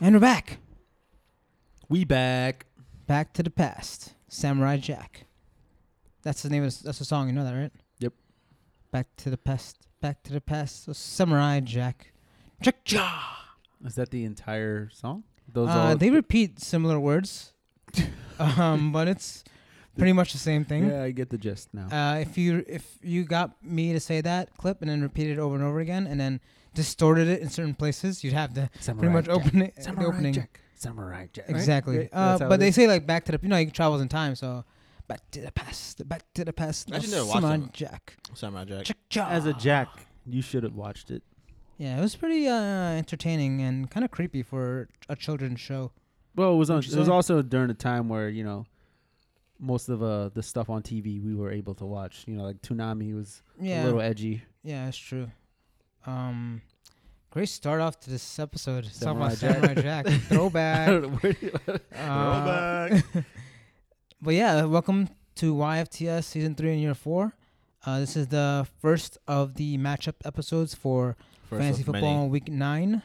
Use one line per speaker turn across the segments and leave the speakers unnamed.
And we're back.
We back.
Back to the past. Samurai Jack. That's the name of the, that's the song. You know that, right?
Yep.
Back to the past. Back to the past. So Samurai Jack. Jack Jack.
Is that the entire song? Those
Uh, they repeat similar words, um, but it's pretty much the same thing.
Yeah, I get the gist now.
Uh, if you if you got me to say that clip and then repeat it over and over again and then distorted it in certain places, you'd have to
Samurai
pretty much oh,
Jack.
open it. the
Samurai
opening.
Jack. Samurai Jack. right?
Exactly.
Yeah,
Uh,
that's how
but
it
they
is.
say like back to the you know he travels in time, so back to the past, back to the past.
I should
now
never watch
Samurai
them.
Jack.
Samurai Jack.
Jack Jack.
As a Jack, you should have watched it.
Yeah, it was pretty uh, entertaining and kind of creepy for a children's show.
well, it was on,
What'd
it
you
was
say?
also during a time where you know most of uh, the stuff on TV we were able to watch. You know, like Toonami was
Yeah.
a little edgy.
Yeah, that's true. Um, great start off to this episode. It's talking about
Samurai
Samurai Jack. Throwback. Uh,
Throwback.
but yeah, welcome to YFTS season three and year four. Uh, this is the first of the matchup episodes for
First
fantasy
of
football
many.
week nine.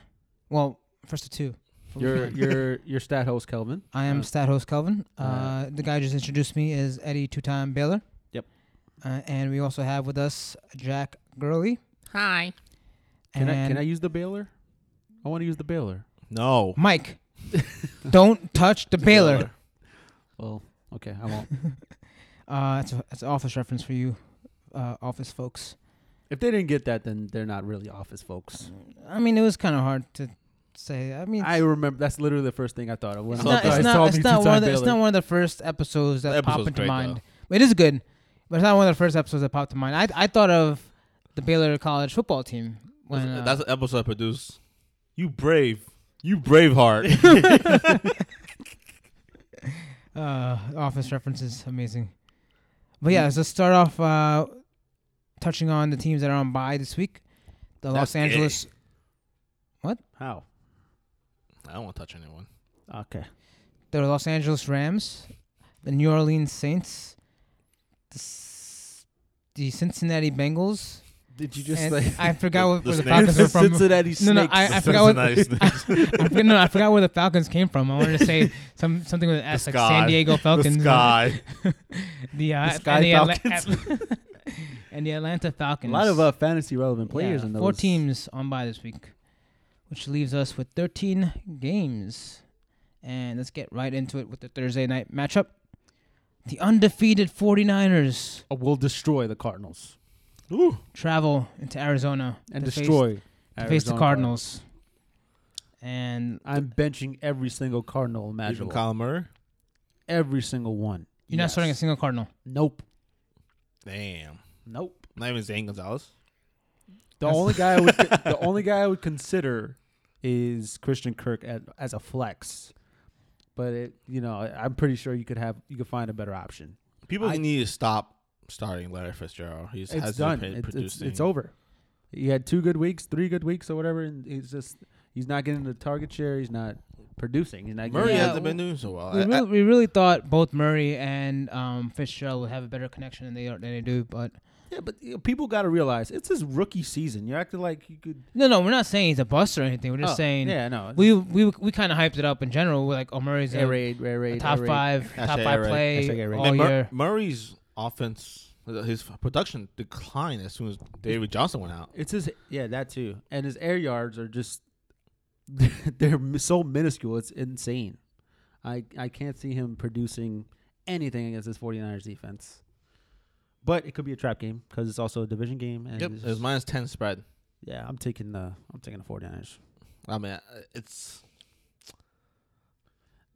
Well, first of two. for week
your
nine.
your your stat host Kelvin.
I am
uh,
stat host Calvin. Uh,
uh,
the guy who just introduced me is Eddie Two Time Baylor.
Yep.
Uh, and we also have with us Jack Gurley.
Hi.
Can I can
and
I use the Baylor? I want to use the Baylor.
No.
Mike? don't touch the Baylor.
Well, okay, I won't.
Uh, that's, a, that's an office reference for you, uh, office folks.
if they didn't get that, then they're not really office folks.
I mean, it was kind of hard to say. I mean,
I remember that's literally the first thing I thought of when
it's,
I
not,
saw-
it's,
I
not,
saw
it's,
me
not
two-time
one of the, it's
Baylor.
not one of the first episodes
The
that
episode's
pop into
great,
mind. It is good, but it's not one of the first episodes that popped to mind. I, I thought of the Baylor college football team. When, uh,
That's an episode I produced. You brave. You brave heart. It
Uh, office references, amazing. But yeah, so let's start off uh, touching on the teams that are on bye this week. The
That's
Los Angeles.
gay.
How?
I don't want to touch anyone.
Okay.
The Los Angeles Rams, the New Orleans Saints, the, S- the Cincinnati Bengals.
Did you just
and
like
I forgot where,
The
where the
snakes.
Falcons were from.
Cincinnati
No, no,
Snakes?
I, I
The
forgot what,
Cincinnati Snakes.
I, forgot- no, I forgot where the Falcons came from. I wanted to say some something with an S, like San
sky.
Diego Falcons.
the sky.
The, uh,
The Sky
and the Atla- and the Atlanta
a
Falcons.
lot of uh, fantasy relevant players
Yeah,
in those.
four teams on by this week, which leaves us with 13 games. And let's get right into it with the Thursday night matchup. The undefeated 49ers
Uh, will destroy the Cardinals
Ooh.
travel into Arizona
and
to face-
destroy
to face the
Arizona
Cardinals. And
I'm benching every single Cardinal
Even
imaginable.
Colin Murray.
every single one.
you're not
Yes.
starting a single Cardinal.
Nope.
Damn.
Nope.
Not even Zane Gonzalez.
The only guy I would the only guy I would consider is Christian Kirk at, as a flex. But it, you know, I- I'm pretty sure you could have you could find a better option.
People
I-
need to stop starting Larry Fitzgerald. He's
It's
has
done.
Been
It's, it's,
producing.
it's over. He had two good weeks, three good weeks, or whatever, and he's just he's not getting the target share. He's not producing. He's not.
Murray
getting
Yeah,
hasn't been
well,
doing so well.
we,
I- I-
really, we really thought both Murray and um, Fitzgerald would have a better connection than they, are, than they do. But
Yeah, but you know, people got to realize it's his rookie season. You're acting like you could.
no, no, we're not saying he's a bust or anything. We're just
Oh,
saying
Yeah, no.
we we, we kind of hyped it up in general. We're like, oh, Murray's a
air raid, air raid,
top
air raid.
five,
Hashtag
top
air
five
raid.
Hashtag
play
air raid.
all
Man, Mur-
year.
Murray's offense, his production declined as soon as David Johnson went out.
It's his. Yeah, that too. And his air yards are just they're mi- so minuscule. It's insane. I I can't see him producing anything against this 49ers defense. But it could be a trap game because it's also a division game. And
Yep,
it's
it was
just-
minus ten spread.
yeah, I'm taking the I'm taking the 49ers.
I mean, uh, it's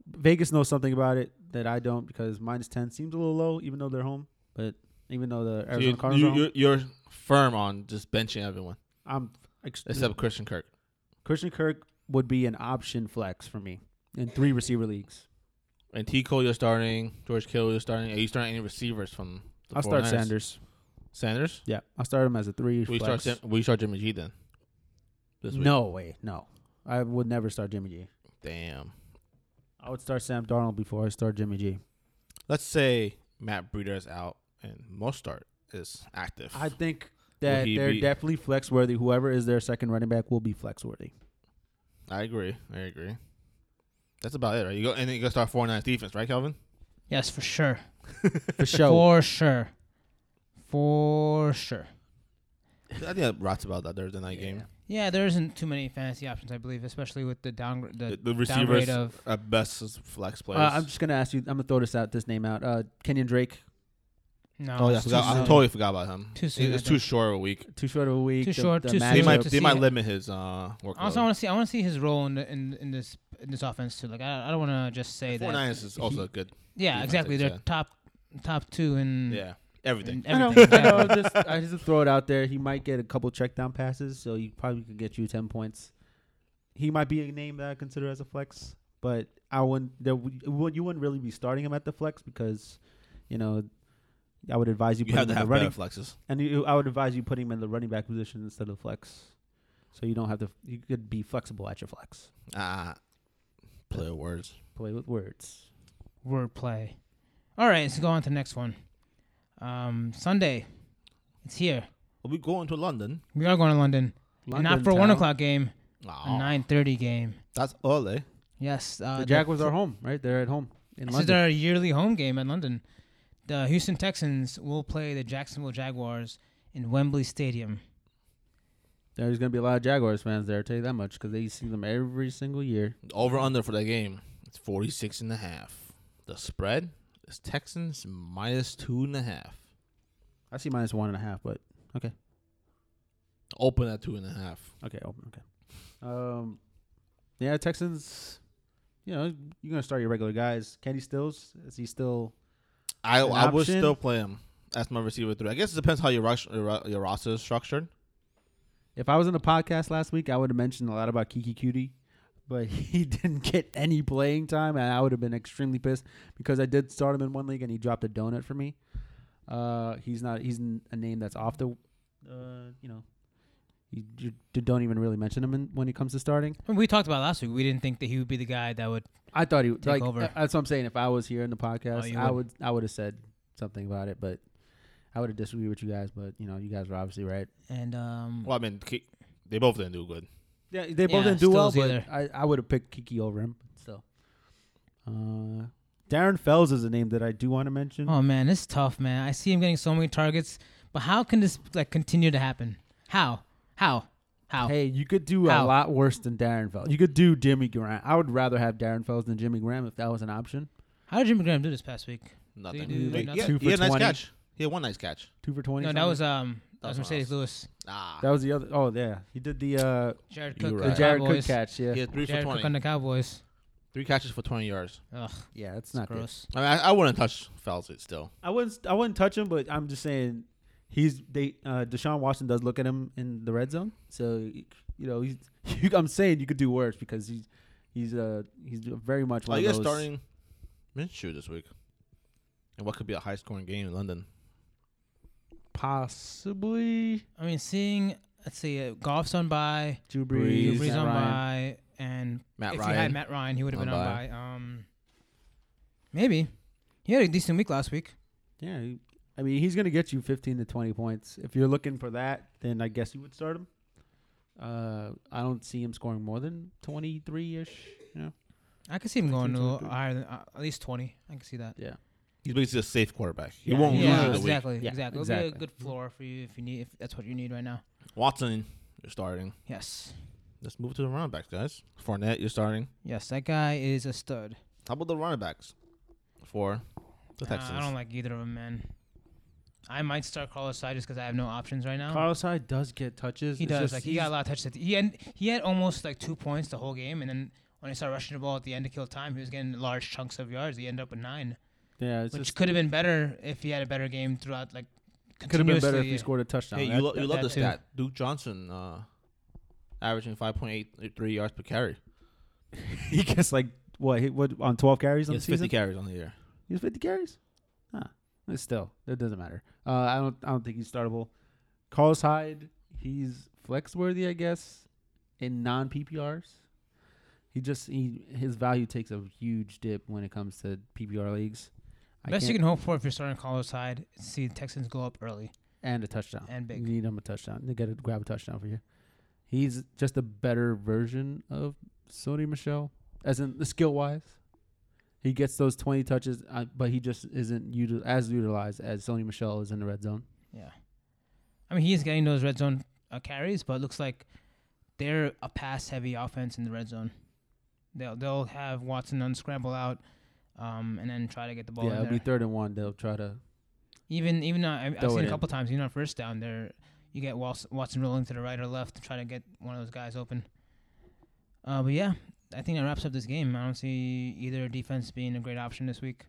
Vegas knows something about it that I don't because minus 10 seems a little low, even though they're home. But even though the
so
Arizona
you,
Cardinals, are
you,
home,
you're, you're firm on just benching everyone
I'm ex-
except Christian Kirk.
Christian Kirk would be an option flex for me in three receiver leagues.
And T. Cole, you're starting. George Kittle, you're starting. Are you starting any receivers from? The
I'll start
49ers?
Sanders.
Sanders.
Yeah, I'll start him as a three
We start.
flex.
Sam, we start Jimmy G then. This week.
no way, no. I would never start Jimmy G.
Damn.
I would start Sam Darnold before I start Jimmy G.
Let's say Matt Breeder is out and Mostart is active.
I think that
he
they're
be-
definitely flex worthy. Whoever is their second running back will be flex worthy.
I agree. I agree. That's about it, right? You go and then you go start four nine defense, right, Calvin?
Yes, for sure.
for show.
For sure. For sure.
I think that rots about that Thursday night game.
Yeah, there isn't too many fantasy options, I believe, especially with the down the,
The, the
downgrade
receivers
of
at best is flex players.
Uh, I'm just gonna ask you. I'm gonna throw this out. This name out. Uh, Kenyon Drake.
no.
oh yeah, I,
it's too
forgot, I
soon.
totally forgot about him.
Too soon, I
It's
think.
too short of a week.
Too short of a week.
Too
the-
short,
the
too soon.
They
I'd
might
love to
they
see
might
it.
limit his uh, workload.
Also, I want to see I want to see his role in the, in in this in this offense too. Like I, I don't want to just say
four
that.
nine is also good.
yeah,
defense,
exactly.
like
They're
you said.
top top two in
Yeah,
in
everything.
I know.
everything.
I know.
Yeah.
I'm just, I just throw it out there. He might get a couple check down passes, so he probably could get you ten points. He might be a name that I consider as a flex, but I wouldn't. There, would- you wouldn't- you wouldn't really be starting him at the flex because, you know, I would advise you,
You
put
have
him
to
in the
have
running,
better flexes.
and you, I would advise you putting him in the running back position instead of flex, so you don't have to. You could be flexible at your flex.
Uh,
Ah, player words.
Play with words.
Wordplay. All right, let's go on to the next one. Um, Sunday, it's here.
Well, we going to London.
We are going to London, And not
London
for a one
town.
o'clock game, a
Aw,
nine thirty game.
that's early.
Yes, uh,
The Jaguars are home, right? They're at home in
This
London.
is our yearly home game in London. The Houston Texans will play the Jacksonville Jaguars in Wembley Stadium.
There's gonna be a lot of Jaguars fans there. I'll tell you that much because they see them every single year.
Over under for that game. It's 46 and a half. The spread is Texans minus two and a half.
I see minus one and a half, but
Open at two and a half.
okay, open, okay. Um, yeah, Texans. You know, you're gonna start your regular guys. Kenny Stills is he still?
I
An
I would
option?
still play him as my receiver three. I guess it depends how your rush, your, ro- your roster is structured.
Mm.
If I was in a podcast last week, I would have mentioned a lot about Kiki Cutie, but he didn't get any playing time, and I would have been extremely pissed because I did start him in one league and he dropped a donut for me. Uh, he's not. He's n- a name that's off the. Uh, you know, you, you d- don't even really mention him in, when it comes to starting.
And We talked about last week. We didn't think that he would be the guy that would.
I thought he
Take
like
over.
uh, that's what I'm saying. If I was here in the
Oh,
podcast,
you
I
would.
would I would have said something about it, but I would have disagreed with you guys. But you know, you guys were obviously right.
And um,
Well, I mean, ki- they both didn't do good.
Yeah, they
both
both
Yeah,
didn't do well,
Stills
but
either.
I, I would have picked Kiki over him. But still, uh, Darren Fells is a name that I do want to mention.
oh man, it's tough, man. I see him getting so many targets, but how can this like continue to happen? How? How? How?
Hey, you could do
How?
a lot worse than Darren Fells. You could do Jimmy Graham. I would rather have Darren Fells than Jimmy Graham if that was an option.
How did Jimmy Graham do this past week?
Nothing.
do
Wait,
nothing?
yeah,
Two
he had
for
a nice
20.
catch. He had one nice catch.
Two for twenty.
No, that
something?
was um, that
That
was
was
Mercedes
Miles.
Lewis,
Ah,
that was the other. Oh yeah, he did the uh,
Jared
You
Cook, on
the
were
the
right.
Jared Cook
Cowboys.
catch. Yeah,
he had three
Jared
for
Cook
twenty.
on the Cowboys.
Three catches for twenty yards.
Ugh,
yeah, it's
it's
not good.
gross.
I mean, I, I wouldn't touch Fouls it still.
I wouldn't I wouldn't touch him, but I'm just saying he's they uh, Deshaun Watson does look at him in the red zone. So you know he's you, I'm saying you could do worse because he's he's uh he's very much
Well,
one
you
of
guys
those.
starting Minshew this week, and what could be a high scoring game in London?
possibly
I mean, seeing let's see, uh, Goff's on by,
Drew
Brees,
Drew
Brees,
Brees
Matt
on
Ryan.
by, and
Matt
if
Ryan.
he had Matt Ryan, he would have
On
been on by.
bye.
Um, maybe he had a decent week last week.
Yeah, he- I mean he's gonna get you 15 to 20 points. If you're looking for that, then I guess you would start him. Uh, I don't see him scoring more than 23 ish. You know?
I could see him going a
so,
little
too.
higher than uh, at least twenty. I can see that.
Yeah.
He's basically a safe quarterback. He
Oh, Yeah,
won't
he
lose
is.
in the week.
exactly,
Yeah,
exactly. It'll be a
exactly.
good floor for you if you need if that's what you need right now.
Watson, you're starting.
Yes,
Let's move to the running backs, guys. Fournette, you're starting.
yes, that guy is a stud.
How about the running backs for the
Nah,
Texans?
I don't like either of them, man. I might start Carlos Hyde just because I have no options right now.
Carlos Hyde does get touches.
He
It's
does.
just
Like he
he's-
got a lot of touches. At the, he had he had almost like two points the whole game, and then when he started rushing the ball at the end to kill time, he was getting large chunks of yards. He ended up with nine,
Yeah, it's
which
just
could have been better if he had a better game throughout. Like
could have been better if
continuously.
he scored a touchdown.
hey,
That-
you, lo- you love
that
the
too.
stat. Duke Johnson uh, averaging 5.83 yards per carry.
he gets like what? He, what on twelve carries
He
on
has
the season?
50 carries on the year.
he has fifty carries. Huh. But Still, it doesn't matter. Uh, I don't. I don't think he's startable. Carlos Hyde, he's flex worthy, I guess, in non PPRs. He just he his value takes a huge dip when it comes to PPR leagues. I
Best you
can't-
can hope for if you're starting Carlos Hyde, is see the Texans go up early
and a touchdown.
and
You
big.
need him a touchdown. They got to grab a touchdown for you. He's just a better version of Sony Michelle, as in the skill wise. He gets those twenty touches, uh, but he just isn't util- as utilized as Sony Michelle is in the red zone.
Yeah. I mean, he is getting those red zone uh, carries, but it looks like they're a pass heavy offense in the red zone. They'll they'll have Watson unscramble out, um, and then try to get the ball.
yeah,
in
it'll
there.
be third and one. They'll try to.
Even even on, I've, I've
Throw
seen
it
a
in.
couple times. Even on first down, there you get Wals- Watson rolling to the right or left to try to get one of those guys open. Uh, but yeah, I think that wraps up this game. I don't see either defense being a great option this week.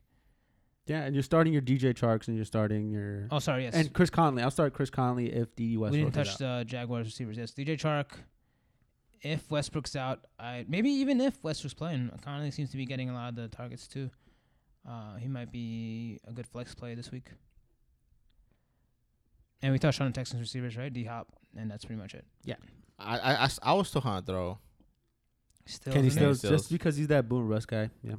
Yeah, and you're starting your DJ Charks and you're starting your
Oh, sorry, yes,
and Chris Conley. I'll start Chris Conley if D. E West.
we didn't touch the Jaguars receivers. Yes, DJ Chark. If Westbrook's out, I maybe even if Westbrook's playing, Conley seems to be getting a lot of the targets too. Uh, he might be a good flex play this week. And we touched on the Texans receivers, right? D Hop, and that's pretty much it.
I, I, I s- I was still on throw.
Still,
Kenny
isn't it?
Stills,
Stills.
just because he's that boom rust guy. Yeah,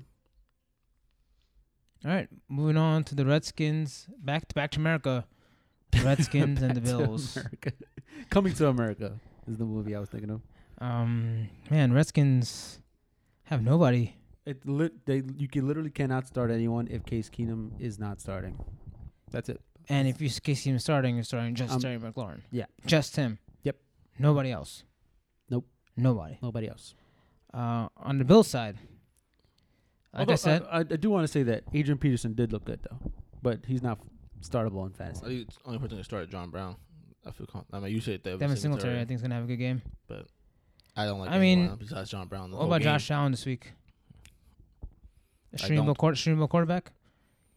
All right, moving on to the Redskins. Back to back to America. The Redskins and the
Back to
Bills.
America. Coming to America is the movie I was thinking of.
Um, man, Redskins have nobody.
It lit, they you can literally cannot start anyone if Case Keenum is not starting. That's it.
And if you s- case him starting, you're starting just
Um,
Terry McLaurin.
yeah.
Just him.
Yep.
Nobody else.
Nope.
Nobody.
Nobody else.
Uh, on the Bills side, like
Although,
I
uh,
said,
I, I do want to say that Adrian Peterson did look good though, but he's not startable in fantasy.
I think it's the only person that started John Brown. I feel. Con- I mean, you said Devin,
Devin Singletary,
Singletary.
I think, is going to have a good game.
I don't like.
I
anyone
mean,
else besides John Brown. The
What
whole
about
game.
Josh Allen this week? A
I
streamable,
don't.
quar- streamable quarterback?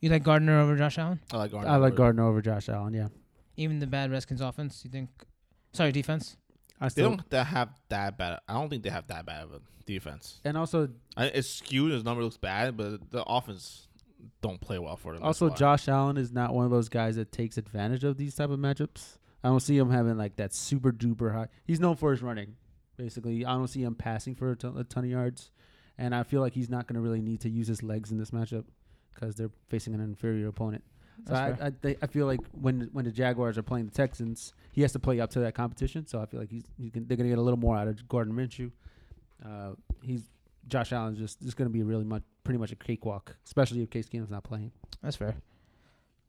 You like Gardner over Josh Allen?
I like Gardner.
I like
Webb.
Gardner over Josh Allen. Yeah,
Even the bad Redskins offense, you think? Sorry, defense?
I
They
still
don't tha- have that bad. I don't think they have that bad of a defense.
and also
I, it's skewed. His number looks bad, but the offense don't play well for them. that's
also
why.
Josh Allen is not one of those guys that takes advantage of these type of matchups. I don't see him having like that super duper high. He's known for his running, basically. I don't see him passing for a ton, a ton of yards, and I feel like he's not going to really need to use his legs in this matchup because they're facing an inferior opponent. So
That's
I
fair.
I, thi- I feel like when when the Jaguars are playing the Texans, he has to play up to that competition. So I feel like he's he can, they're going to get a little more out of Gordon Minshew. Uh, he's Josh Allen's just just going to be really much pretty much a cakewalk, especially if Case Keenum's not playing.
That's fair.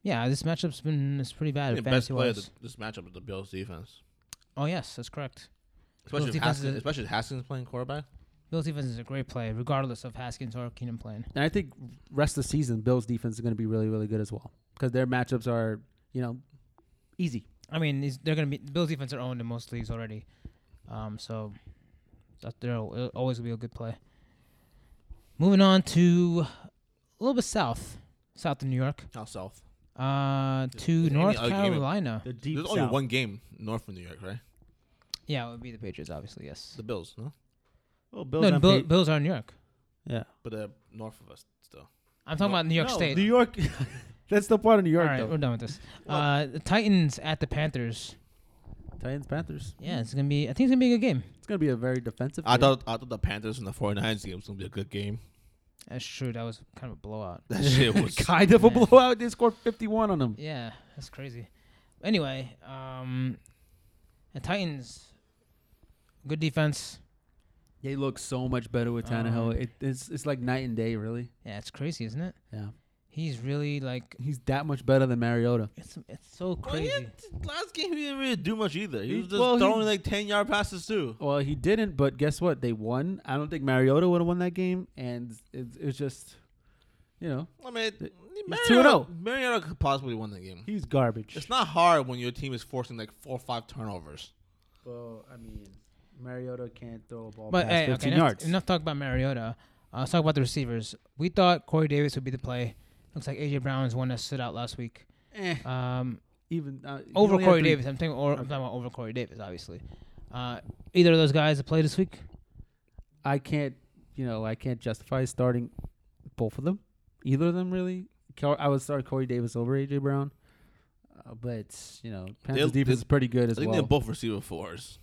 Yeah, this matchup's been it's pretty
I
bad.
think the best player of
fantasy-wise.
the- this matchup is the Bills defense,
Oh yes, that's correct.
especially if
defense
Haskins,
is-
especially if Haskins playing quarterback.
Bills defense is a great play, regardless of Haskins or Keenan playing.
And I think rest of the season, Bills defense is going to be really, really good as well because their matchups are, you know, easy.
I mean, is- they're gonna be Bills defense are owned in most leagues already, um, so that there'll it'll always be a good play. Moving on to a little bit south, south of New York,
Out south.
uh,
Is-
to
is any
North
other game in-
Carolina.
The deep
There's only one game north from New York, right?
Yeah, it would be the Patriots, obviously. Yes,
The Bills, no?
Oh, Bills
no,
and
Bill,
Pa-
Bills are in New York.
yeah.
But they're north of us still.
I'm talking
No,
about New York
No,
State.
New York.
That's the part of New
All
York,
right, we're
though.
done with this.
Well-
Uh, the Titans at the Panthers.
Titans, Panthers.
Yeah, it's gonna be. I think it's gonna be a good game.
It's going to be a very defensive.
I
game.
thought I thought the Panthers and the 49ers game was gonna be a good game.
That's true. That was kind of a blowout.
That shit was
kind of a
Yeah.
blowout. They scored 51 on them.
Yeah, that's crazy. Anyway, um, the Titans, good defense.
They look so much better with Tannehill.
Um,
it, it's it's like night and day, really.
Yeah, it's crazy, isn't it?
Yeah,
He's really like
he's that much better than Mariota.
it's it's so
Well,
crazy.
he didn't- last game he didn't really do much either. He
He-
was just
well, he-
throwing like ten yard passes too.
Well, he didn't, but guess what? They won. I don't think Mariota would have won that game, and it's it's just, you know,
I mean,
It's 2-0.
Mariota, Mariota could possibly win the game.
he's garbage.
It's not hard when your team is forcing like four or five turnovers.
Well, I mean, Mariota can't throw a ball
But
past
hey,
15
okay, enough,
yards.
enough talk about Mariota. Uh, let's talk about the receivers. We thought Corey Davis would be the play. Looks like AJ Brown is one that stood out last week.
Eh,
Um,
even uh, he
over
only had
Corey
three-
Davis, I'm thinking. Or I'm talking about over Corey Davis, obviously. Uh, either of those guys that play this week.
I can't, you know, I can't justify starting both of them, either of them really. Cor- I would start Corey Davis over AJ Brown, uh, but you know, Panthers
They'll-
defense is pretty good
I
as
think
well.
they're both receiver fours.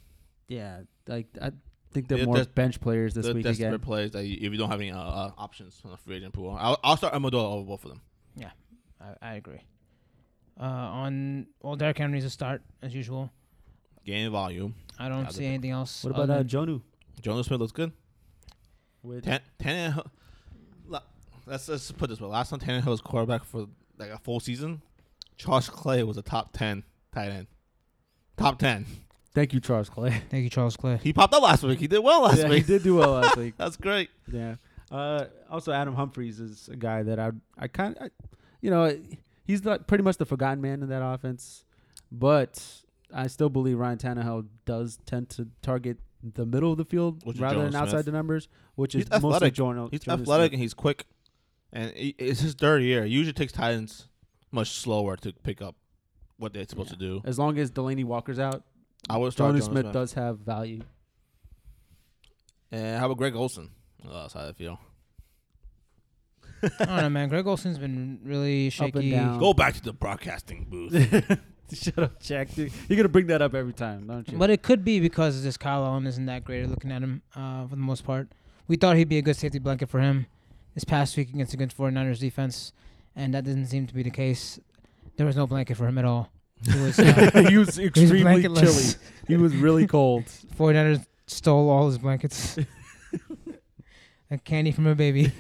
yeah, like I think they're
They're
more
des-
bench players this
They're
week
desperate
again.
plays that you, if you don't have any uh, uh, options on the free agent pool, I'll, I'll start Amendola over both of them.
I, I agree. Uh, on well, Derrick Henry's a start as usual.
Gain volume.
I don't
Yeah,
see
the-
anything else.
What about
other
uh,
than-
Jonu?
Jonah Smith looks good.
Which
Tan- Tannehill. la- Let's let's put it this way. Last time Tannehill was quarterback for like a full season, Josh Clay was a top ten tight end. Top ten.
thank you, Charles Clay.
Thank you, Charles Clay.
He popped up last week. He did well last
yeah, he
week.
did do well last week.
That's great.
Yeah. Uh, also, Adam Humphries is a guy that I I kind of, you know, he's like pretty much the forgotten man in that offense, but I still believe Ryan Tannehill does tend to target the middle of the field
Which is
rather than
Jonah
outside
Smith.
the numbers, which
He's
is mostly
athletic.
Jonah.
He's
Jonah
athletic
Smith.
and he's quick, and he, it's his third year. It usually takes tight ends much slower to pick up what they're supposed
Yeah.
to do.
As long as Delaney Walker's out,
I would start
Jonah
Jonas
Smith does have value.
And how about Greg Olson? Oh, that's how I feel.
I don't know, man. Greg Olson's been really shaky.
down.
Go back to the broadcasting booth.
Shut up, Jack. Dude. You're gonna bring that up every time, don't you?
But it could be because this Kyle Allen isn't that great at looking at him uh, for the most part. We thought he'd be a good safety blanket for him this past week against the good 49ers defense, and that didn't seem to be the case. There was no blanket for him at all. He was, uh,
he was
he was
extremely chilly.
blanketless.
He was really cold.
49ers stole all his blankets. like candy from a baby.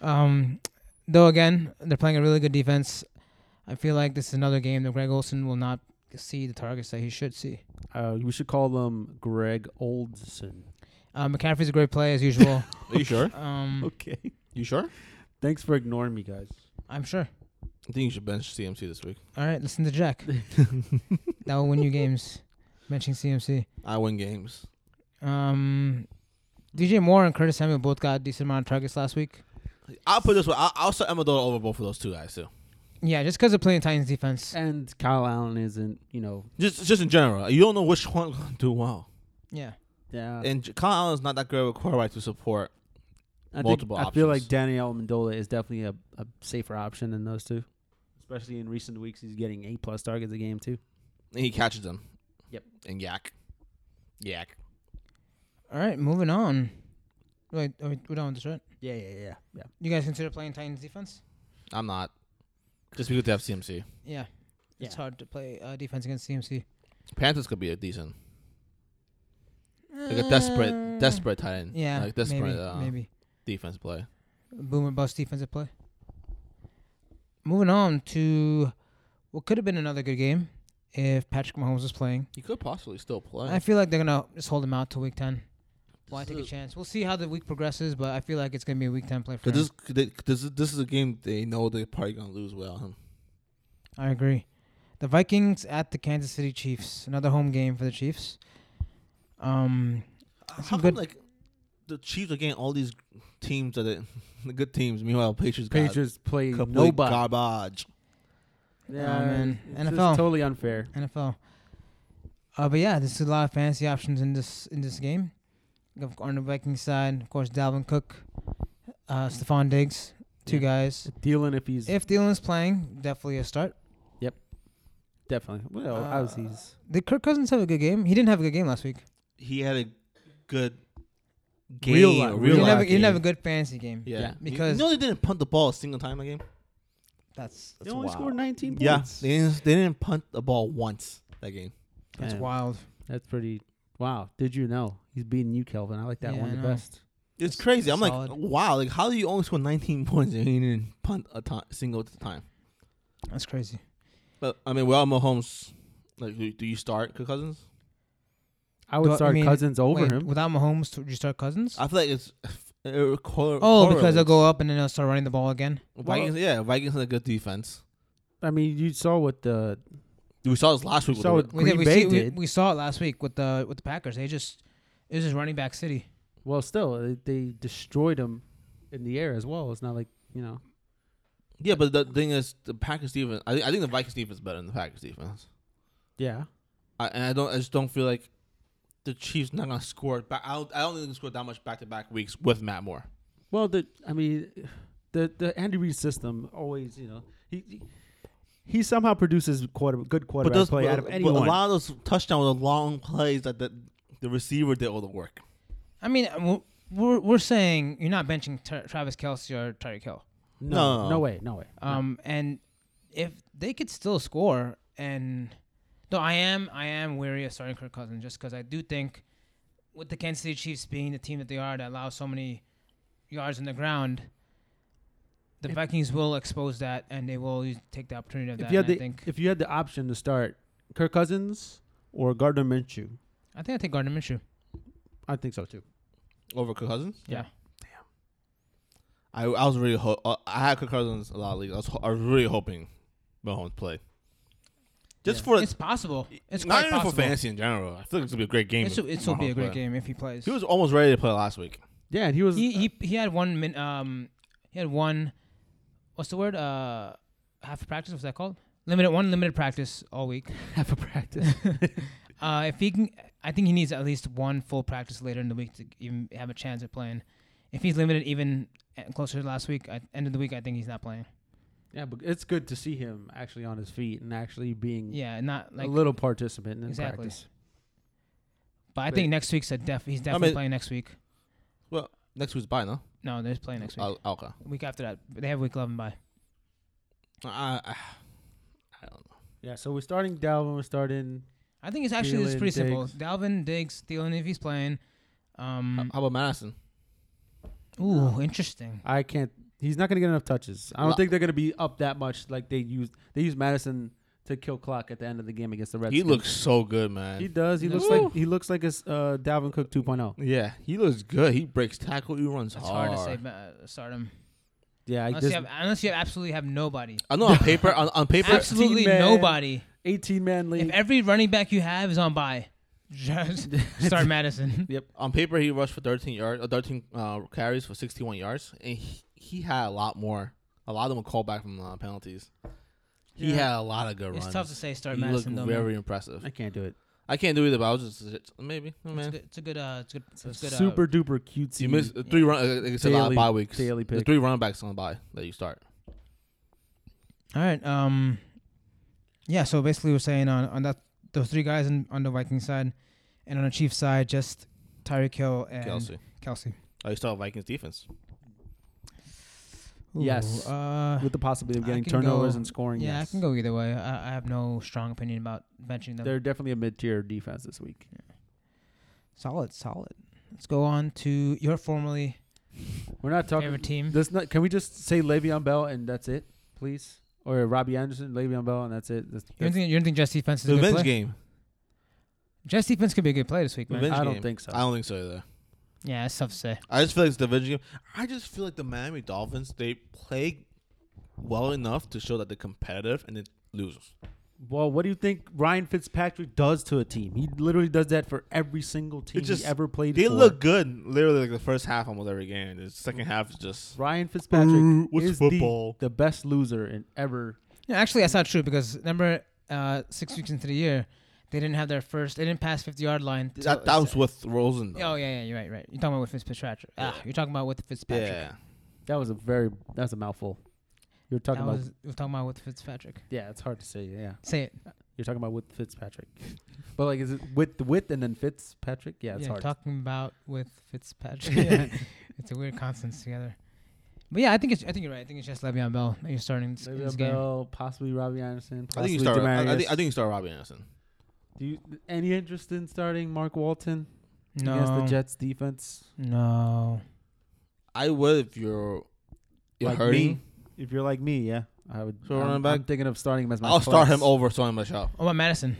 um, though again, they're playing a really good defense. I feel like this is another game that Greg Olson will not see the targets that he should see.
Uh, we should call him Greg Oldson.
Uh, McCaffrey's a great play as usual.
Are you sure?
um,
Okay.
You sure?
Thanks for ignoring me, guys.
I'm sure.
I think you should bench CMC this week.
All right, listen to Jack. that will win you games. Mentioning CMC.
I win games.
Um, DJ Moore and Curtis Samuel both got a decent amount of targets last week.
I'll put it this way. I'll, I'll set Amendola over both of those two guys too.
Yeah, just because of playing Titans defense.
And Kyle Allen isn't, you know,
Just just in general, you don't know which one gonna do well.
Yeah.
yeah.
And J- Kyle Allen's not that great of a quarterback to support.
I
multiple
I feel like
options.
Daniel Mendola is definitely a, a safer option than those two, especially in recent weeks. He's getting eight plus targets a game too.
And he catches them.
Yep.
And yak, yak.
All right, moving on. Wait, are we, we're done with this, right?
Yeah, yeah, yeah, yeah.
You guys consider playing Titans defense?
I'm not. Just because they have CMC,
Yeah. It's
Yeah.
hard to play uh, defense against CMC.
Panthers could be a decent, like a desperate, desperate tight end.
Uh, Yeah.
Like desperate
maybe,
uh,
maybe.
defense play.
Boomer bust defensive play. Moving on to what could have been another good game if Patrick Mahomes was playing.
He could possibly still play.
I feel like they're gonna just hold him out till week ten. Why
Oh, This
take a
is-
chance? We'll see how the week progresses, but I feel like it's gonna be a week ten play for him.
Cause this, they, this, is, this is a game they know they're probably gonna lose without him.
I agree. The Vikings at the Kansas City Chiefs. Another home game for the Chiefs. Um,
How
some
come
good-
like the Chiefs are getting all these teams that are the good teams? Meanwhile, Patriots got
Patriots play
complete
nobody.
garbage.
Yeah,
Oh, man.
it's
NFL.
just totally unfair.
NFL. Uh, but yeah, there's a lot of fantasy options in this in this game. Of- On the Vikings side, of course, Dalvin Cook, uh, Stephon Diggs, two
Yeah.
guys.
Dealing if he's
If Dylan's playing, definitely a start.
definitely well,
Uh,
obviously he's
Did Kirk Cousins have a good game? He didn't have a good game last week.
he had a good game.
Real life-
a
He
real
didn't, have a,
life
he didn't have a good fantasy game.
Yeah.
Yeah.
Because-
you know they didn't punt the ball a single time in the game.
That's
they
that's
only
wild.
scored 19
Yeah,
points.
they didn't, they didn't punt the ball once that game.
That's
Man,
wild.
That's pretty. Wow, did you know he's beating you, Kelvin? I like that
Yeah,
one
I
the
know.
best.
It's
That's
crazy. I'm
solid.
like, wow. Like, how do you only score 19 points and you didn't punt a ti- single time?
That's crazy.
But I mean, without Mahomes, like, do, do you start Kirk Cousins?
I
Do
would
I-
start
I mean,
Cousins over
Wait,
him.
Without Mahomes, would you start Cousins?
I feel like it's it cor-
oh, because they'll
correlates.
go up and then they'll start running the ball again.
Vikings. yeah, Vikings had a good defense.
I mean, you saw what the
We saw this last week.
saw
with
it-
the-
We, did,
Green
we,
Bay
see, we,
did.
we saw it last week with the with the Packers. They just it was just running back city.
well, still they- they destroyed him in the air as well. It's not like you know.
yeah, but the thing is, the Packers defense. I, think- I think the Vikings defense is better than the Packers defense.
Yeah,
I, and I don't. I just don't feel like the Chiefs not gonna score. But I don't. I don't think they can score that much back to back weeks with Matt Moore.
Well, the I mean, the the Andy Reid system always, you know, he he, he somehow produces quarter good quarterback play out of anyone.
a lot of those touchdowns were long plays that the, the receiver did all the work.
I mean, uh, we're- we're we're saying you're not benching Tra- Travis Kelsey or Tyreek Hill.
no,
No.
no, way, no way.
Um, and if they could still score, and though I am I am weary of starting Kirk Cousins just because I do think with the Kansas City Chiefs being the team that they are that allows so many yards on the ground, the
If-
Vikings will expose that and they will use- take the opportunity of that.
If you had
and I
the
think
if you had the option to start Kirk Cousins or Gardner Minshew,
I think I take Gardner Minshew.
I think so too.
Over Kirk Cousins?
Yeah.
I, I was really ho- uh, I had Kirk Cousins a lot of leagues. I was, ho- I was really hoping Mahomes played. Just
Yeah.
for
it's possible. It's
not
quite
even
possible.
for fantasy in general. I feel like it's gonna be a great game.
It's,
if
it's will be
Mahomes
a great
plays.
game if he plays.
He was almost ready to play last week.
Yeah, and he was
he he he had one min um he had one what's the word uh half a practice what's that called limited one limited practice all week
half a practice.
uh if he can I think he needs at least one full practice later in the week to even have a chance at playing if he's limited even a- closer to last week at end of the week I think he's not playing
yeah, but it's good to see him actually on his feet and actually being
yeah not like
a little participant in
Exactly.
practice.
but I
they-
think next week's a def he's definitely
mean-
playing next week
Well, next week's bye, no?
no there's playing next week
Oh, okay.
week after that they have week 11 by
I, I, I don't know.
Yeah, so we're starting Dalvin. We're starting.
I think it's actually it's
Thielen,
pretty simple
Diggs.
Dalvin Diggs Thielen if he's playing um
How about Madison?
Ooh, interesting.
I can't. He's not going to get enough touches. I don't
Lo-
think they're going to be up that much. Like they used, they used Madison to kill clock at the end of the game against the Redskins.
He looks so good, man.
He does. He looks
Woo.
like he looks like his uh, Dalvin Cook 2.0.
yeah, he looks good. He breaks tackle. He runs
It's hard, to say but, uh, start him
Yeah, I
unless you
just
have unless you have absolutely have nobody,
I know on paper, on, on paper,
absolutely
man.
nobody.
18 man
If
league.
every running back you have is on bye, just start Madison.
on paper, he rushed for 13 yards, uh, 13 uh, carries for 61 yards, and he, he had a lot more. A lot of them were called back from uh, penalties. He
Yeah.
had a lot of good
It's
runs.
tough to say start
he looked
Madison though. man.
very impressive.
I can't do it.
I can't do either, but I was just maybe. oh,
It's a
man.
good. It's a good. Uh, it's good. It's, good. uh,
Super duper cutesy.
You missed uh, three run. Uh, like I said, a lot
Daily-
of bye weeks.
daily
There's
pick.
three running backs on the bye that you start.
All right. Um, yeah. So basically, we're saying on on that those three guys in, on the Viking side, and on the Chiefs side, just Tyreek Hill and Kelsey.
Kelsey. Oh, you start Vikings defense.
Ooh,
Yes.
Uh,
with the possibility of
I
getting
can go-
turnovers and scoring.
yeah,
yes.
I can go either way. I, I have no strong opinion about benching them.
They're definitely a mid tier defense this week.
Solid, solid. Let's go on to your formerly
We're not talking.
favorite team.
This not, can we just say Le'Veon Bell and that's it, please? Or Robbie Anderson, Le'Veon Bell, and that's it. That's,
you, don't
that's-
think, you don't think Jets defense is a good
Revenge
play?
game.
Jets defense could be a good play this week, man.
Revenge
I don't
game.
think so.
I don't think so either.
yeah, that's tough to say.
I just feel like it's the division game. I just feel like the Miami Dolphins they play well enough to show that they're competitive and it loses.
well, what do you think Ryan Fitzpatrick does to a team? He literally does that for every single team
just-
he ever played.
They
for.
look good literally like the first half almost every game. The second half is just
Ryan Fitzpatrick
Ooh, what's
is
football?
The, the best loser in ever.
No, actually, that's not true because remember, uh, six weeks into the year, they didn't have their first. They didn't pass fifty yard line. till-
that, that was with Rosen. Though.
Oh yeah, yeah, you're right, right. You're talking about with Fitzpatrick. Ah,
Yeah.
you're talking about with Fitzpatrick.
yeah.
That was a very that's a mouthful. You're talking
that
about
was you're talking about with Fitzpatrick.
yeah, it's hard to say. Yeah,
Say it.
you're talking about with Fitzpatrick, but like is it with the with and then Fitzpatrick? Yeah, it's
yeah,
hard.
talking about with Fitzpatrick. Yeah. it's a weird consonants together. But yeah, I think it's. I think you're right. I think it's just Le'Veon Bell that you're starting this,
Le'Veon
this game.
Bell, possibly Robbie Anderson.
I think
Possibly
you start. I, I
Demarius.
think, I think you start Robbie Anderson.
Do you any interest in starting Mark Walton
No,
against the Jets defense?
No.
I would if you're, you're
Like
hurting.
me? If you're like me, yeah, I would.
So
I'm,
running back?
I'm thinking of starting him as my.
I'll start
flex.
him over Sonny Michelle.
What about Madison?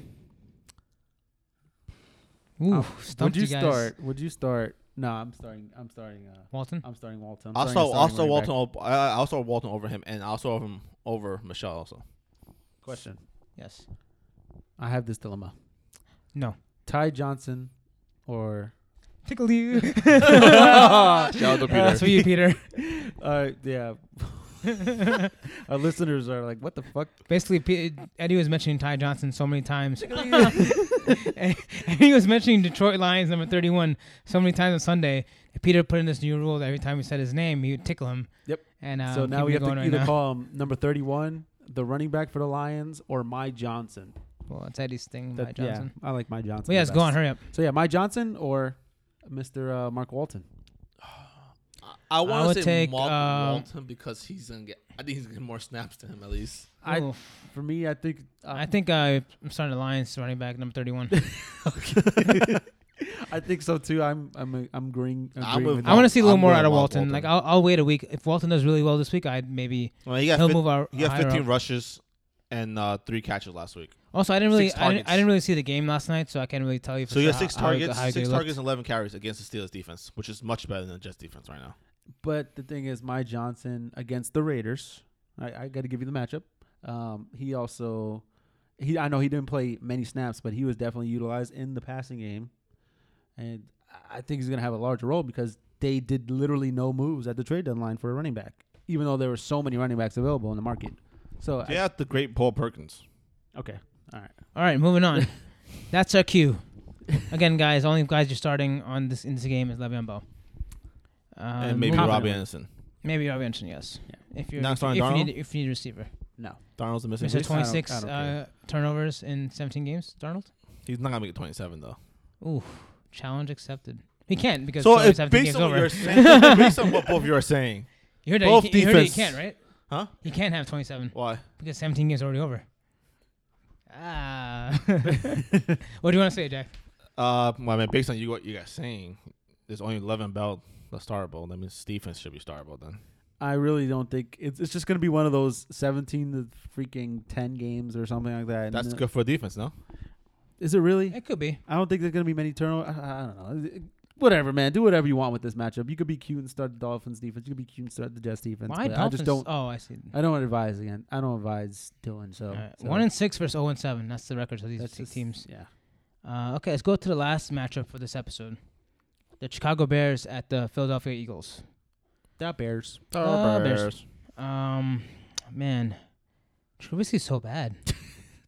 Ooh,
Um,
stumped
Would you
you guys.
start? Would you start? No, I'm starting. I'm starting. Uh,
Walton?
I'm starting Walton. I'm
Also,
starting a starting
also
running
Walton.
back.
Over, I I also Walton over him, and also over him over Michelle. Also,
Question.
Yes.
I have this dilemma.
No.
Ty Johnson or
Tickle you.
Shout out to
That's for
Peter.
you, Peter.
uh yeah. Our listeners are like, what the fuck?
Basically, P- Eddie was mentioning Ty Johnson so many times. and he was mentioning Detroit Lions number 31 so many times on Sunday. Peter put in this new rule that every time he said his name, he would tickle him.
Yep.
And uh,
so now
keep
we
it
have to
going right
either
now.
call him number thirty one, the running back for the Lions, or My Johnson.
Well, it's Eddie's thing,
That-
Ty Johnson.
Yeah, I like My Johnson.
But yes,
the
go on.
best.
Hurry up.
So yeah, My Johnson or Mr. Uh, Mark Walton.
I
would
want to say
take,
Mark
uh,
Walton because he's gonna get. I think he's gonna get more snaps to him at least.
I-
Ooh.
For me, I think uh,
I think uh, I'm starting the Lions running back number 31.
I think so too. I'm I'm I'm agreeing.
I'm
agreeing
with
with
I want to see a little
I'm
more
worried
out of
about
Walton.
Walton.
Like I'll, I'll wait a week. If Walton does really well this week, I'd maybe
Well, he got
he'll
fif-
move our.
he got
higher
15
up.
rushes and uh, three catches last week.
Also, I didn't really
six
I didn't, I
targets.
didn't really see the game last night, so I can't really tell you. For
So he
sure
got six
how- how-
targets,
how they
six
looked.
targets, and 11 carries against the Steelers defense, which is much better than the Jets defense right now.
But the thing is, my Johnson against the Raiders. I, I got to give you the matchup. Um, he also, he I know he didn't play many snaps, but he was definitely utilized in the passing game, and I- I think he's gonna have a larger role because they did literally no moves at the trade deadline for a running back, even though there were so many running backs available in the market. So I-
Yeah, the great Paul Perkins.
okay,
All right, moving on. That's our cue. Again, guys, only guys you're starting on this in this game is Le'Veon Bell. Uh,
and maybe
moving-
confident.
Robbie Anderson.
maybe Robbie Anderson, yes.
Yeah.
If you're
Not
if,
starting
if you
Darnold?
need if you need a receiver,
no,
Darnold's a missing
Mr.
piece.
don't- I
26
don't
uh, turnovers in 17 games. Darnold,
He's not going to make it 27, though.
ooh, challenge accepted. He can't because
So,
it's
if
17
based
games
on what
over.
you're saying, based on what both of you are saying,
You heard that
both
he, can, you heard that he
defense-
can't, right?
Huh?
He can't have 27
why?
because 17 games are already over. Ah, what do you want to say, Jack?
Uh, well, I mean, based on you what you guys saying, there's only 11 Bell the startable. That means defense should be startable then.
I really don't think it's it's just gonna be one of those seventeen to freaking ten games or something like that.
That's
And, uh,
good for defense, no?
Is it really?
It could be.
I don't think there's gonna be many turnovers. I, I don't know. It- Whatever, man. Do whatever you want with this matchup. You could be cute and start the Dolphins defense. You could be cute and start the Jets defense.
Why
but I just
Dolphins-
don't.
Oh, I see.
I don't advise again. I don't advise Dylan. So,
All right.
so
One and six versus zero and seven. That's the record of these
that's
six
just-
teams.
Yeah.
Uh, okay, let's go to the last matchup for this episode: the Chicago Bears at the Philadelphia Eagles.
That Bears.
Uh, Bears. Um, man, Trubisky's so bad.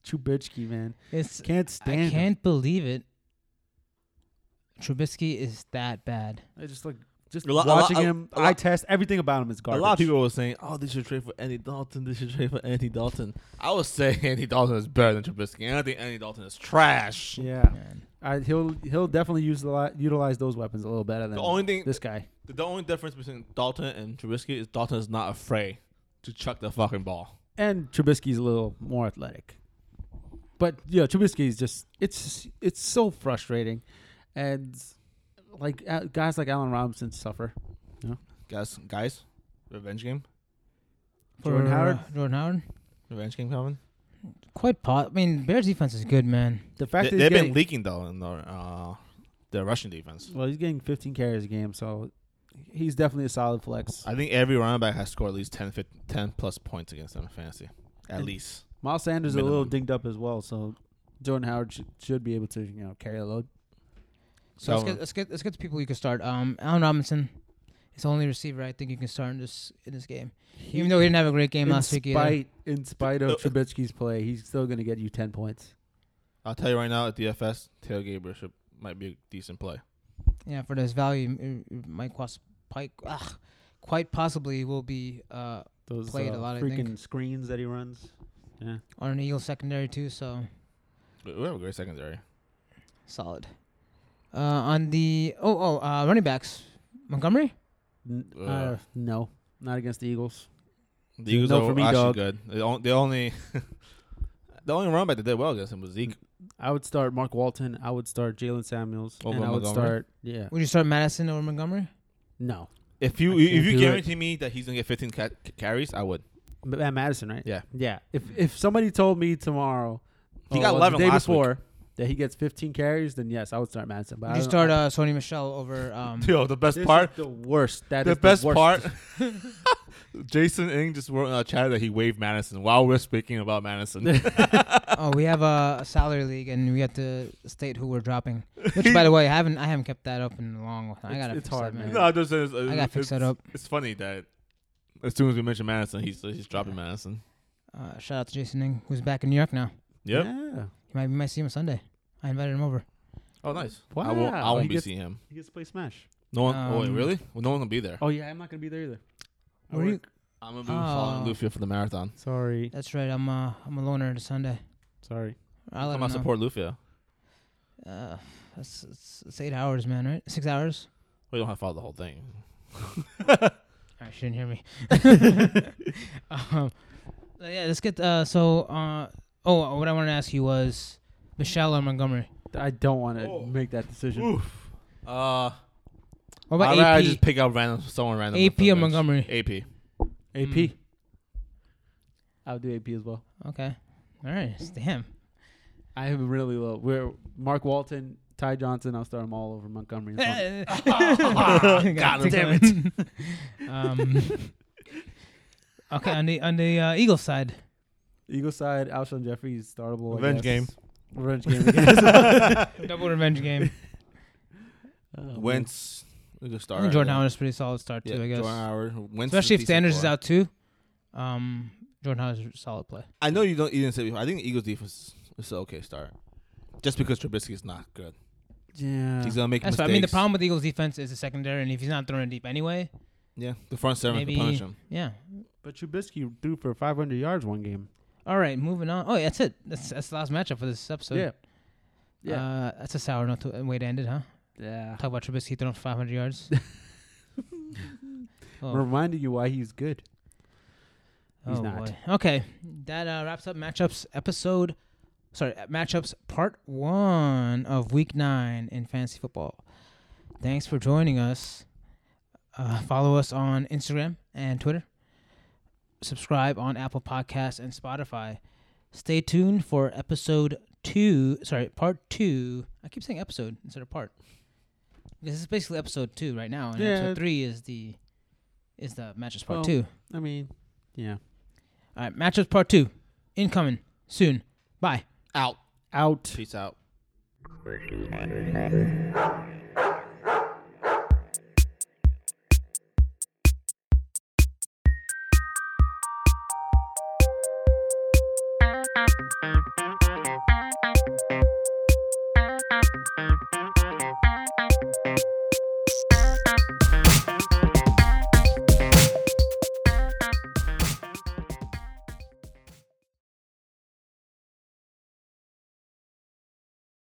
Trubisky, man.
It's
Can't stand.
I can't believe it. Trubisky is that bad.
Him. I just like just
A lot- a lot-
watching
a-
him.
a
I
lot-
test everything about him is garbage.
A lot of people were saying, "Oh, they should trade for Andy Dalton. They should trade for Andy Dalton." I would say Andy Dalton is better than Trubisky. I don't think Andy Dalton is trash.
Yeah.
Man.
I, he'll he'll definitely use a lot, utilize those weapons a little better than
The only thing,
this guy.
the only difference between Dalton and Trubisky is Dalton is not afraid to chuck the fucking ball.
and Trubisky's a little more athletic. But yeah, Trubisky's just it's it's so frustrating, and like uh, guys like Allen Robinson suffer.
Guys, guys, revenge game,
Jordan
For, uh,
Howard?
Jordan Howard.
revenge game coming.
Quite pot. I mean, Bears defense is good, man.
The
They,
fact that
they've
he's
been
getting,
leaking though in the uh, the Russian defense.
well, he's getting 15 carries a game, so he's definitely a solid flex.
I think every running back has scored at least 10, 15, 10 plus points against them in fantasy, at
And-
least.
Miles Sanders is a little
Minimum.
dinged up as well, so Jordan Howard should, should be able to you know carry a load.
So let's
Dalvin.
get, let's get let's get the people you can start. Um, Allen Robinson, is the only receiver I think you can start in this in this game. Even though he didn't have a great game
in
last week, either.
spite in spite of
Uh, uh,
Trubisky's play, he's still going to get you 10 points.
I'll tell you right now, at DFS, Taylor Gabriel should, might be a decent play.
yeah, for this value, m- it might cost quite ah, quite possibly will be uh
Those
Played
uh,
a lot, I
freaking
think.
screens that he runs.
on an Eagle secondary too. So
We we have a great secondary.
solid. Uh, on the oh oh uh, running backs Montgomery.
N-
Ugh.
uh, no, not against the Eagles.
The Eagles
no
are
for me,
actually
dog.
good. The only, the only, the only running back that did well against him was Zeke.
I would start Mark Walton. I would start Jalen Samuels.
Over
and I would
Montgomery?
start. Yeah.
Would you start Madison over Montgomery?
No.
If
I
you if
can't
you
do it.
guarantee me that he's gonna get 15 ca- carries, I would.
M- Matt Madison, right?
Yeah.
Yeah. If if somebody told me tomorrow,
He
or,
got
well,
11
the day
last
before that he gets 15 carries, then yes, I would start Madison. But
Would
I
you
don't-
start uh, Sony Michelle over um?
Yo, the best
this is
part,
the worst. That
the
is
best
worst.
part. Jason Ng just wrote in our chat that he waved Madison while we're speaking about Madison.
oh, we have a, a salary league, and we have to state who we're dropping. Which, by the way, I haven't I haven't kept that up in a long time. I
It's-
gotta fix
it's
that,
hard, man.
no, I'm just saying. It's,
I gotta fix that
it's-
up.
It's funny that as soon as we mention Madison, he's he's dropping Madison.
Uh, shout out to Jason Ng, who's back in New York now.
Yep.
Yeah.
You might, we might see him Sunday. I invited him over.
Oh, nice.
Wow.
I won't. I
He
won't be
gets-
seeing him.
He gets to play Smash.
No one. oh wait,
Um,
really? Well, no one will be there.
Oh yeah, I'm not gonna be there either. I
Were you-
work.
I'm gonna be following
Oh.
Lufia for the marathon.
Sorry.
That's right. I'm uh, I'm a loner to Sunday.
Sorry.
I'll let
I'm
him
gonna
know.
support Lufia.
Uh, that's, that's, that's eight hours, man. Right? Six hours.
We don't have to follow the whole thing.
All right, she didn't hear me. um, yeah, let's get uh, so uh, oh, what I wanted to ask you was Michelle or Montgomery.
I don't want to
Oh.
make that decision.
Oof. Uh,
What
I'd
about
rather
AP?
just pick up random someone random.
AP
for the
or
bench.
Montgomery?
AP.
AP.
Mm.
I would do AP as well.
Okay. All right. Damn.
I have him really low. We're Mark Walton, Ty Johnson. I'll start them all over Montgomery. and Fulton.
God
God damn
um, okay, on the on the uh, Eagles side,
Eagle side, Alshon Jeffrey's startable. I
Revenge
guess.
game.
Revenge game. against-
double revenge game.
Oh,
Wentz. We could
I
start.
think Jordan
yeah.
Howard is a pretty solid start
Yeah,
too, I guess.
Jordan Howard. Wentz
Especially if
decent
Sanders is
player.
out too. Um, Jordan Howard is a solid play.
I know you don't. You didn't say before. I think the Eagles defense is an okay start. Just because Trubisky is not good,
man.
he's
Yeah.
gonna make
That's
mistakes.
what, I mean, the problem with the Eagles defense is the secondary, and if he's not throwing deep anyway,
Yeah, the front seven
Maybe-
can punish him.
yeah.
But Trubisky threw for 500 yards one game.
All right, moving on. Oh, yeah, that's it. That's that's the last matchup for this episode.
yeah. Yeah.
Uh, that's a sour note to, way to end it, huh?
yeah.
Talk about Trubisky throwing for 500 yards. Oh,
Reminding you why he's good. He's
oh
not.
boy. Okay, that uh, wraps up matchups episode. Sorry, uh, matchups part one of week nine in fantasy football. Thanks for joining us. Uh, follow us on Instagram and Twitter. Subscribe on Apple Podcasts and Spotify. Stay tuned for episode two. Sorry, part two. I keep saying episode instead of part. This is basically episode two right now, and
Yeah.
episode three is the is the matches part
Well,
two.
I mean, yeah.
All right, matchups part two, incoming soon. Bye.
Out.
Out.
Peace out.